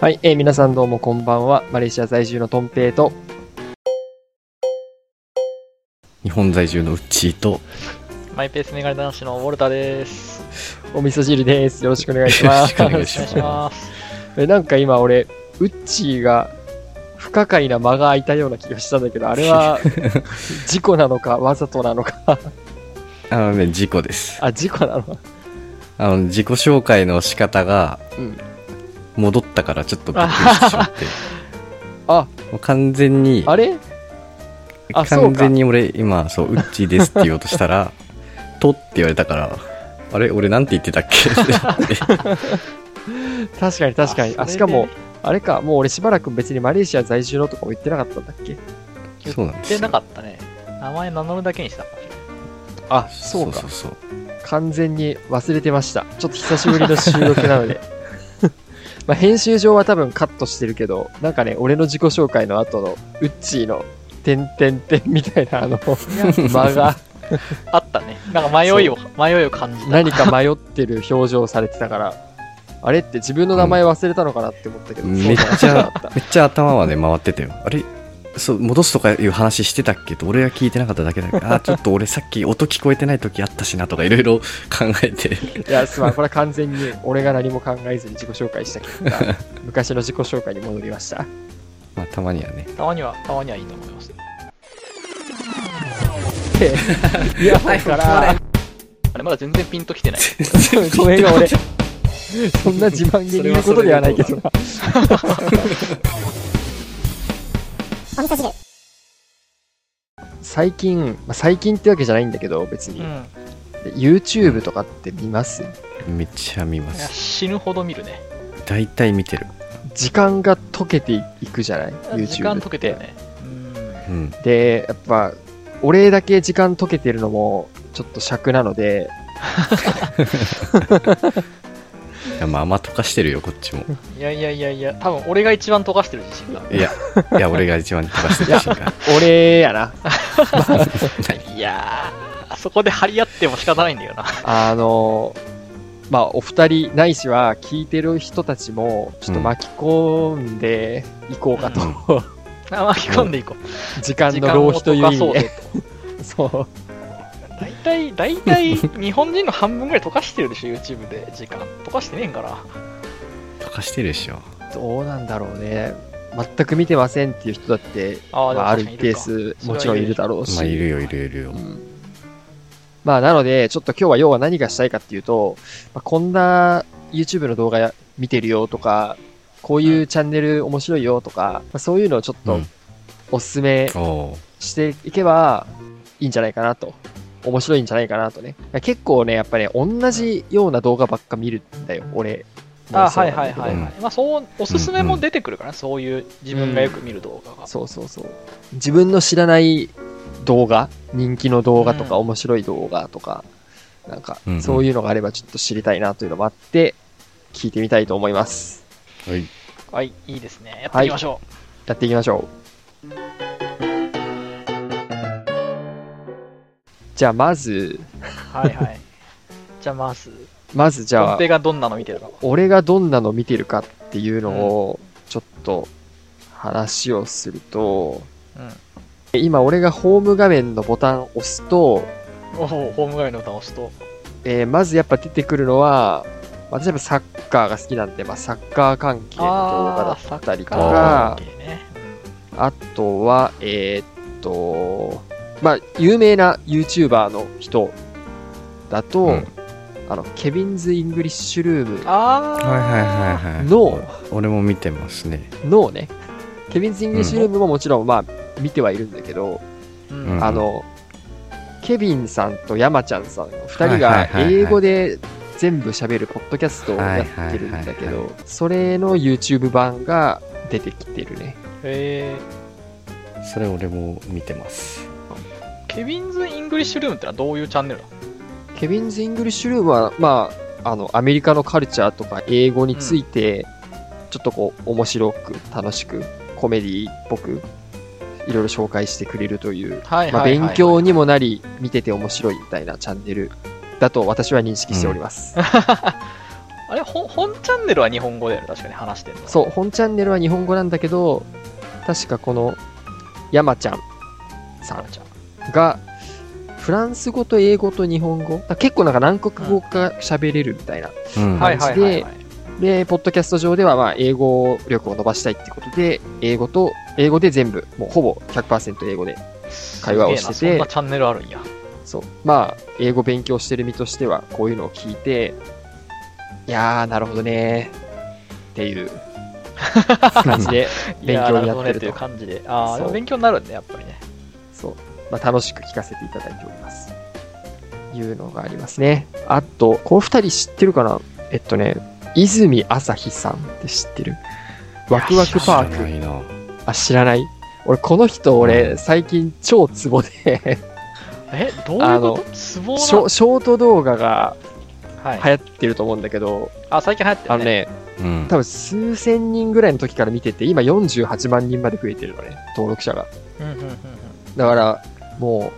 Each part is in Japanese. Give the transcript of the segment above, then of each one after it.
はい、えー皆さんどうもこんばんは。マレーシア在住のトンペイと、日本在住のウッチーと、マイペースメガネ男子のウォルターです。お味噌汁です。よろしくお願いします。よろしくお願いしますす。えなんか今俺、ウッチーが不可解な間が空いたような気がしたんだけど、あれは事故なのか、わざとなのか。あのね、事故です。あ、事故なのあの、自己紹介の仕方がうん、戻ったからちょっとびっくりしてしまって。あ、もう完全に、あれあそうか完全に俺、今、そう、ウッチーですって言おうとした ら、とって言われたから、あれ俺なんて言ってたっ けってなって確かに 確かに。あ、しそれでかも、あれか、もう俺しばらく別にマレーシア在住のとかも言ってなかったんだっけそうなんです言ってよなかったね。名前名乗るだけにしたかもしれない。あ、そうかそう。そう完全に忘れてました。ちょっと久しぶりの収録なの で。まあ編集上は多分カットしてるけど、なんかね、俺の自己紹介の後のウッチーの点点点みたいなあの間があったね。なんか迷いを、迷いを感じた。何か迷ってる表情をされてたから、あれって自分の名前忘れたのかなって思ったけど、めっそうじちなゃかった、めっちゃ頭はね、回ってたよ。あれそう、戻すとかいう話してたっけと俺は聞いてなかっただけだから、あ、ちょっと俺さっき音聞こえてない時あったしなとかいろいろ考えて。いや、すまん、これは完全に俺が何も考えずに自己紹介した結果、昔の自己紹介に戻りま した。まあ、たまに はね。たまには、たまにはいいと思います。 で、イヤホンから、あれ、まだ全然ピンとき てない。ごめんが俺、そんな自慢げに言うことではないけどな。 最近、まあ、最近ってわけじゃないんだけど、別に。うん。で YouTube とかって見ますめっちゃ見まいやす。死ぬほど見るね。大体見てる。時間が溶けていくじゃない時間 ?YouTube 溶けてるね。うん。うん。で、やっぱ、俺だけ時間溶けてるのも、ちょっと尺なので、いやまあ、甘とかしてるよ、こっち も。いやいやいやいや、多分俺が一番溶かしてる自信があいや、いや、俺が一番とかしてる自信 が。俺やな。る。いやー、そこで張り合っても仕方ないんだよな。あの、まあ、お二人ないしは聞いてる人たちも、ちょっと巻き込んでいこうかと。うあ 巻き込んでいこう。 時間時の間浪を費という溶か意そ味うぜで。 そう。大体、大体、日本人の半分ぐらい溶かしてるでしょ、YouTube で時間。溶かしてねえんかな。とかしてるでしょ。どうなんだろうね。全く見てませんっていう人だって、あーまでもあ、ある確かに一いる定数かそれはいるもちろんいるだろうし。まあ、いるよ、いるよ、いるうよ。んまあ、なので、ちょっと今日は要は何がしたいかっていうと、まあ、こんな YouTube の動画や見てるよとか、こういうチャンネル面白いよとか、まあ、そういうのをちょっうとんおすすめおうしていけばいいんじゃないかなと。面白いんじゃないかなとね。結構ね、やっぱね、同じような動画ばっか見るんだよ、俺。あはいはいはい、うんはいまあ、そうおすすめも出てくるから、そういう自分がよく見る動画が、そうそうそう。自分の知らない動画、人気の動画とか、うん面白い動画とか、なんかうんう、んそういうのがあればちょっと知りたいなというのもあって、聞いてみたいと思います。はい。はいいいですねやっていきましょやっていきましょう。じゃあ、まず、うはいはい、 じゃあまずまずじゃ本あ、定がどんなの見てるか俺がどんなの見てるかっていうのを、ちょっと話をすると、うん今俺がホーム画面のボタンを押すと、おおホームガイドの歌を押すとえーまずやっぱ出てくるのは、私やっぱサッカーが好きなんで、まあ、サッカー関係の動画だったりとあか、ーねあとは、えーっと、まあ、有名な YouTuber の人だと、うんあの、ケビンズ・イングリッシュルームあーはいはいはいはい。の俺も見てますね。のね、ケビンズ・イングリッシュルームももちろん、まあ、見てはいるんだけど、うんうんあの、ケビンさんと山ちゃんさん、2人はいがはいはいはい英語で全部喋るポッドキャストをやってるんだはいけはいはいど、それの YouTube 版が出てきてるね。えそれ俺も見てます。ー、ケビンズ・イングリッシュルームってのはどういうチャンネルなのケビンズ・イングリッシュルームは、まあ、あの、アメリカのカルチャーとか英語について、ちょっとこう、面白く、楽しく、コメディっぽく、いろいろ紹介してくれるという、はいまあ、はいはい、勉強にもなり、見てて面白いみたいなチャンネルだと私は認識しております。あれ、ほん本チャンネルは日本語だよね、確かに話してるの。そう、本チャンネルは日本語なんだけど、確かこの、山ちゃんさあんれじゃん。が、フランス語と英語と日本語、だから結構なんか何国語か喋れるみたいな。うんはいはいはい、はい。で、ポッドキャスト上では、まあ、英語力を伸ばしたいってことで、英語と、英語で全部、もうほぼ100%英語で、会話をしててすげえなそんなチャンネルあるんや。そう。まあ、英語勉強してる身としては、こういうのを聞いて、いやー、なるほどねー、っていう感じ で、勉強になってるといやーなほどねっていう感じで。あそうあ、でも勉強になるんだ、やっぱりね。そう。まあ、楽しく聞かせていただいております。いうのがありますね。あと、この二人知ってるかなえっとね、泉朝日さんって知ってるワクワクパ知ーらなク。いなあ、知らない俺、この人、俺、う最近超ツボで、え、どういうことツボショショート動画がなはい。流行ってると思うんだけど、あ、最近流行ってあるのね。ね、うん多分数千人ぐらいの時から見てて、今48万人まで増えてるのね、登録者が。うんうんうんうん。だから、も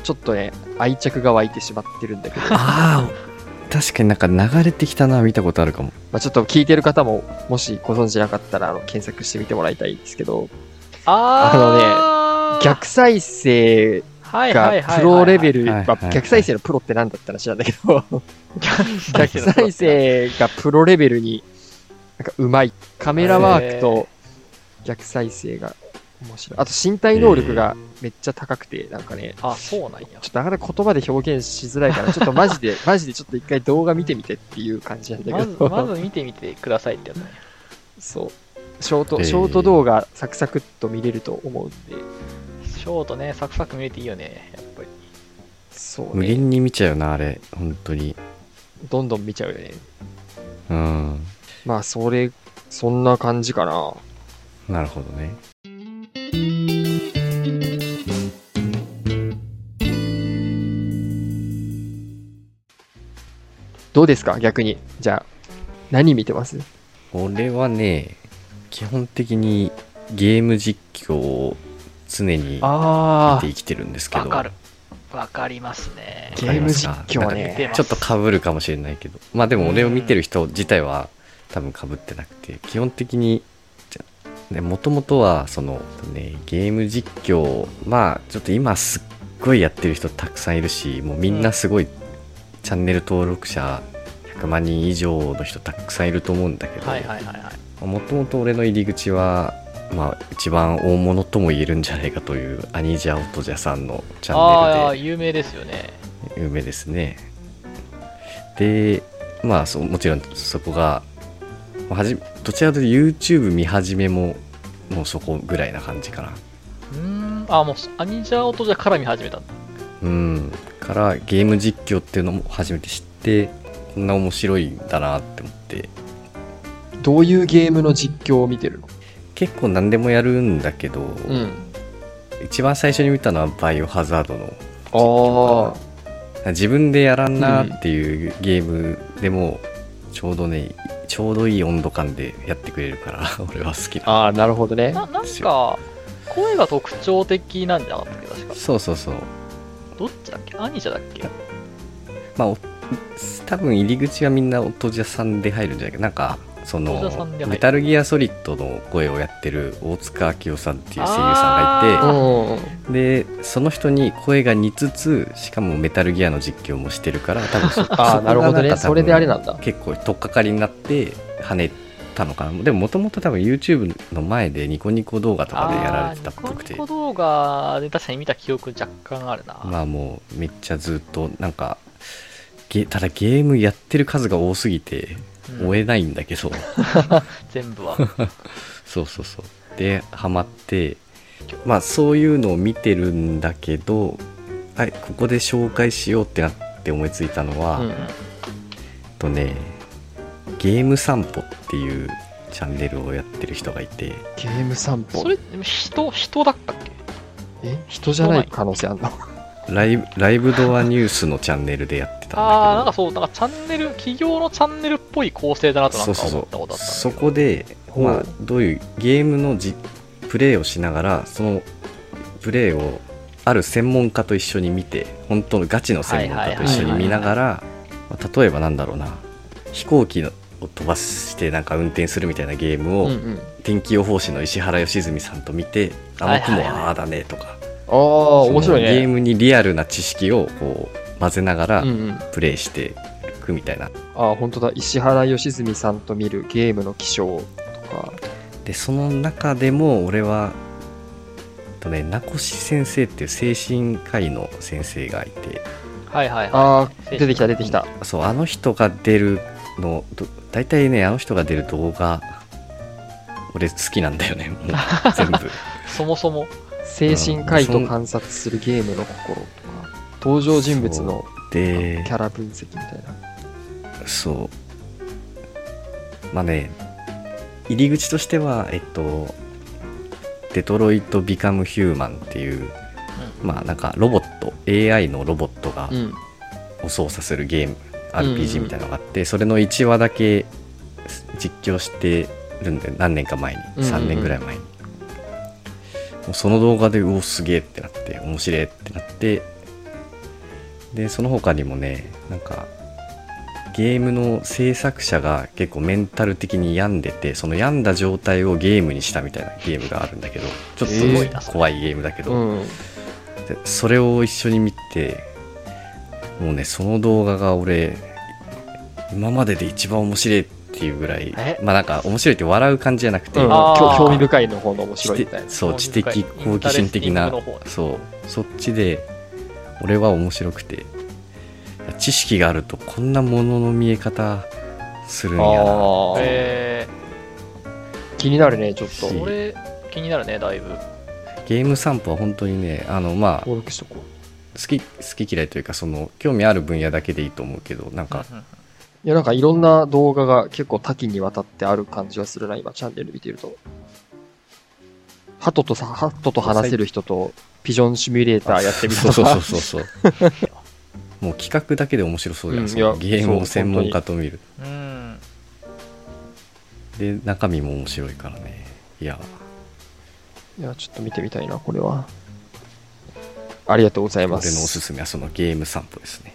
う、ちょっとね、愛着が湧いてしまってるんだけど、 ああ確かになんか流れてきたな見たことあるかもまあ、ちょっと聞いてる方も、もしご存知なかったら、あの、検索してみてもらいたいんですけ ど、あー、逆再生はいはいはいがはいプロレベル、はいはいまあ逆再生のプロって何だったら知らんだけど、逆逆再生がプロレベルに、なんかうまい。カメラワークと逆再生が面白い。あと身体能力がめっちゃ高くて、なんかね、あ、そうなんや。ちょっとなかなか言葉で表現しづらい から、ちょっとマジで、マジでちょっと一回動画見てみてっていう感じなんだまけず、ど、まず見てみてくださいってやつね。そう。ショート、えーショート動画サクサクっと見れると思うんで、ショートね、サクサク見れていいよね、やっぱり。そう無ね。限に見ちゃうなあれ本当にどんどん見ちゃうよね。うんまあ、それ、そんな感じかな。なるほどねどうですか逆に。じゃあ、何見てます俺はね基本的にゲーム実況を常に見あて生きてるんですけわどかる。わかりますね。ゲーム実況見てね。ますちょっとかぶるかもしれないけどまあでも俺を見てる人自体は多分かぶってなくて基本的にじゃねもともとはその、ね、ゲーム実況まあちょっと今すっごいやってる人たくさんいるしもうみんなすごい、チャンネル登録者100万人以上の人たくさんいると思うんだけど、はいはいはいはい。もともと俺の入り口は、まあ、一番大物とも言えるんじゃないかというアニージャ・オトジャさんのチあャあ、ンネ有名ですよね。ルで有名ですねでまあそうもちろんそこがまあはじどちらかというと YouTube 見始めももうそこぐらいな感じかなうーん、あ、もう、アニジャ音じゃ絡み始めたんだ。うんからゲーム実況っていうのも初めて知ってこんな面白いんだなって思ってどういうゲームの実況を見てるの結構何でもやるんだけど、うん。一番最初に見たのはバイオハザードのああ。自分でやらんなっていうゲームでもちょうどねちょうどいい温度感でやってくれるから 俺は好きだああ、なるほどね。な、なんか、声が特徴的なんじゃなかったっけ、確か。そうそうそうどっちだっけアニジャだっけまあお多分入り口はみんな音じゃさんで入るんじゃないかなんかその音じゃさんで入るメタルギアソリッドの声をやってる大塚明夫さんっていう声優さんうがいあん。てでその人に声が似つつしかもメタルギアの実況もしてるから多分そ ああ、なるほどね。それであれななんだ。結構取っかかりになって跳ねたのかなでももともと多分 YouTube の前でニコニコ動画とかでやられてたっぽくあーてニコニコ動画で確かに見た記憶若干あるな。まあもうめっちゃずっとなんかゲただゲームやってる数が多すぎてうん追えないんだけど、全部は。そうそうそうでハマってまあそういうのを見てるんだけどはいここで紹介しようってなって思いついたのは、うんえっとねゲーム散歩っていうチャンネルをやってる人がいてゲーム散歩そ。れ、でも人、人だったっけえ人じゃない可能性あんのライブライブドアニュースのチャンネルでやってたんだけどああ、なんかそう、なんかチャンネル、企業のチャンネルっぽい構成だなとなんかそう思っそたこうそうとあったんだけど。そこで、ほうまあ、どういうゲームのじプレイをしながらそのプレイをある専門家と一緒に見て本当のガチの専門家と一緒に見ながらまあ例えばなんだろうな飛行機のを飛ばしてなんか運転するみたいなゲームを、うんうん。天気予報士の石原良純さんと見てあはのいはい雲はいはああだねとかああ、面白いそのゲーね。ムにリアルな知識をこう混ぜながらうんうん。プレイしていくみたいな、ああ、本当だ。石原良純さんと見るゲームの起承とか。でその中でも俺はえっとね名越先生っていう精神科医の先生がいてはいはいはああ、出てきた出てきた。そうあの人が出るのど大体ねあの人が出る動画俺好きなんだよねもう全 部い。そもそも。精神科医と観察するゲームの心とか、登場人物のキでャラ分析みたいな。そうまあね入り口としてはえっと「デトロイト・ビカム・ヒューマン」っていう、まあなんかロボット AI のロボットがうん。を操作するゲーム、うんう RPG んみたいなのがあってそれの1話だけ実況してるんで何年か前にうんうんうん3年ぐらい前に、もうその動画でうおすげえってなって面白いってなってでその他にもねなんかゲームの制作者が結構メンタル的に病んでてその病んだ状態をゲームにしたみたいなゲームがあるんだけどちょっとすごいなそれ怖いゲームだけど、うん。でそれを一緒に見てもうねその動画が俺今までで一番面白いっていうぐらいえまあなんか面白いって笑う感じじゃなくて、うんあー興興味深いの方の面白いみたい知な的。そう知的好奇心的イなンタレスティングの方そうそっちで俺は面白くて知識があるとこんなものの見え方するんやなあーえ気になるね、ちょっー、と。それ気になるね、だいぶ。ゲーム散歩は本当にねあのまあ好登録しとこう。き好き嫌いというかその興味ある分野だけでいいと思うけどなんかうんうんいや、なんかいろんな動画が結構多岐にわたってある感じがするな、今、チャンネル見てると。ハトとさ、ハトと話せる人と、ピジョンシミュレーターやってみるそとうそうそうか。そう そうもう企画だけで面白そうじゃないですうんいか、やゲームを専門家と見るうん。で中身も面白いからねいやいや、ちょっと見てみたいな、これは。ありがとうござい俺のまおす。すすめはそのゲーム散歩ですね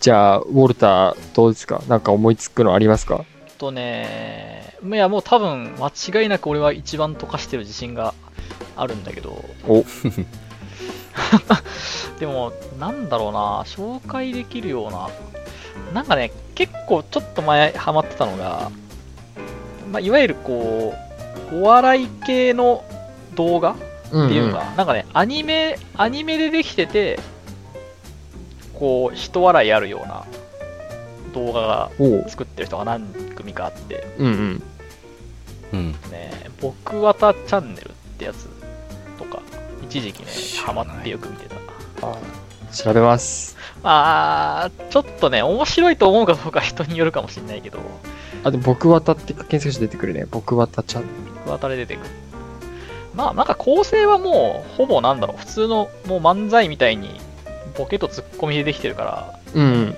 じゃあ、ウォルター、どうですかなんか思いつくのありますかとね、いやもう多分間違いなく俺は一番溶かしてる自信があるんだけど、お でも、なんだろうな、紹介できるような、なんかね、結構ちょっと前ハマってたのが、まあ、いわゆるこう、お笑い系の動画うん、っていうか、なんかね、アニメ、アニメでできてて、こう、人笑いあるような動画がおう。作ってる人が何組かあって、うんうん。うんね、僕わたチャンネルってやつとか、一時期ね知、ハらなマいってよく見てた。調べます。まあ、ちょっとね、面白いと思うかどうかは 人によるかもしれないけど、あ、でも、僕わたって検索して出てくるね。僕わたちゃん。僕わたで出てくる。まあ、なんか構成はもう、ほぼなんだろう、普通のもう漫才みたいに、ボケとツッコミでできてるから、うん。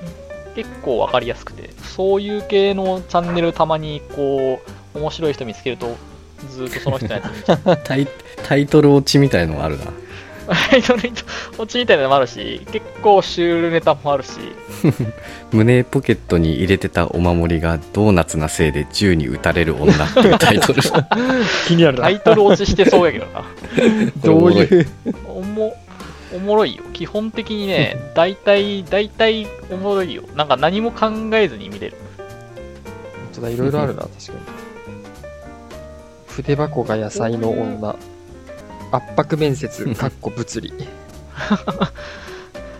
結構わかりやすくて、そういう系のチャンネルたまに、こう、面白い人見つけると、ずーっとその人のやつ見ちゃう タイタイトル落ちみたいのがあるなアイドルに落ちみたいなのもあるし、結構シュールネタもあるし、胸ポケットに入れてたお守りがドーナツなせいで銃に撃たれる女っていうタイトル 気になるタイトル落ちしてそうやけど な。どういう。おも、おもろいよ。基本的にね、大体、大体おもろいよ。なんか何も考えずに見れる。本当だ、いろいろあるな、確かに。筆箱が野菜の女。圧迫面接、かっこ物理。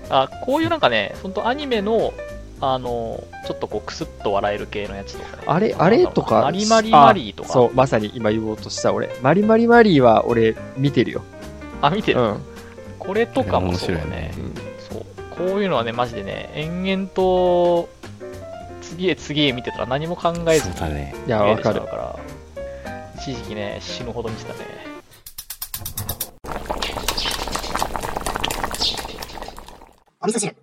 あ、こういうなんかね、ほんとアニメの、あの、ちょっとこう、くすっと笑える系のやつとかね。あれ、あれとか。マリマリマリーとあか。そう、まさに今言おうとした俺。マリマリマリーは俺、見てるよ。あ、見てうる。ん。これとかもそうだね。うんそう。こういうのはね、マジでね、延々と、次へ次へ見てたら何も考えずそうにだねいや、わかるだ。から一時期ね死ぬほど見てたねお味噌汁。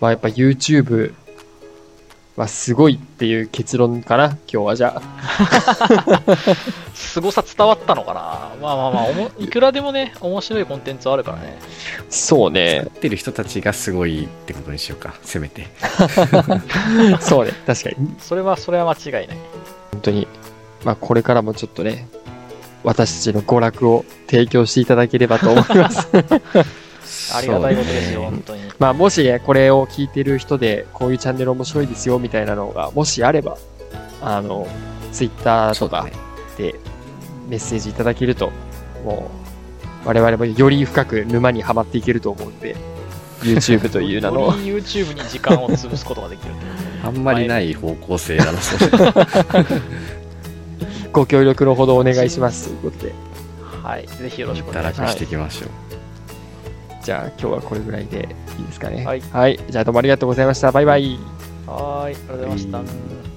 まあやっぱ YouTube まあ、すごいっていう結論かな、今日はじゃあ。凄さ伝わったのかなまあまあまあおも、いくらでもね、面白いコンテンツはあるからね。そうね作。ってる人たちがすごいってことにしようかせめて そうね。確かに。それは、それは間違いない。本当に、まあ、これからもちょっとね、私たちの娯楽を提供していただければと思い ます。ありがたいことですよ、本当に。まあ、もしね、これを聞いてる人で、こういうチャンネル面白いですよ、みたいなのが、もしあれば、あの、ツイッターそとうだかねでメッセージいただけると、もう、我々もより深く沼にはまっていけると思うんで、YouTube という名よの、り YouTube に時間を潰すことができる。あんまりない方向性だなそれご協力のほどお願いしますということで、はい。ぜひよろしくお 堕願いし落ましすて。いきましょうじゃあ今日はこれぐらいでいいですかね。はいはい、じゃあどうもありがとうございました。バイバイ。はい。ありがとうございました。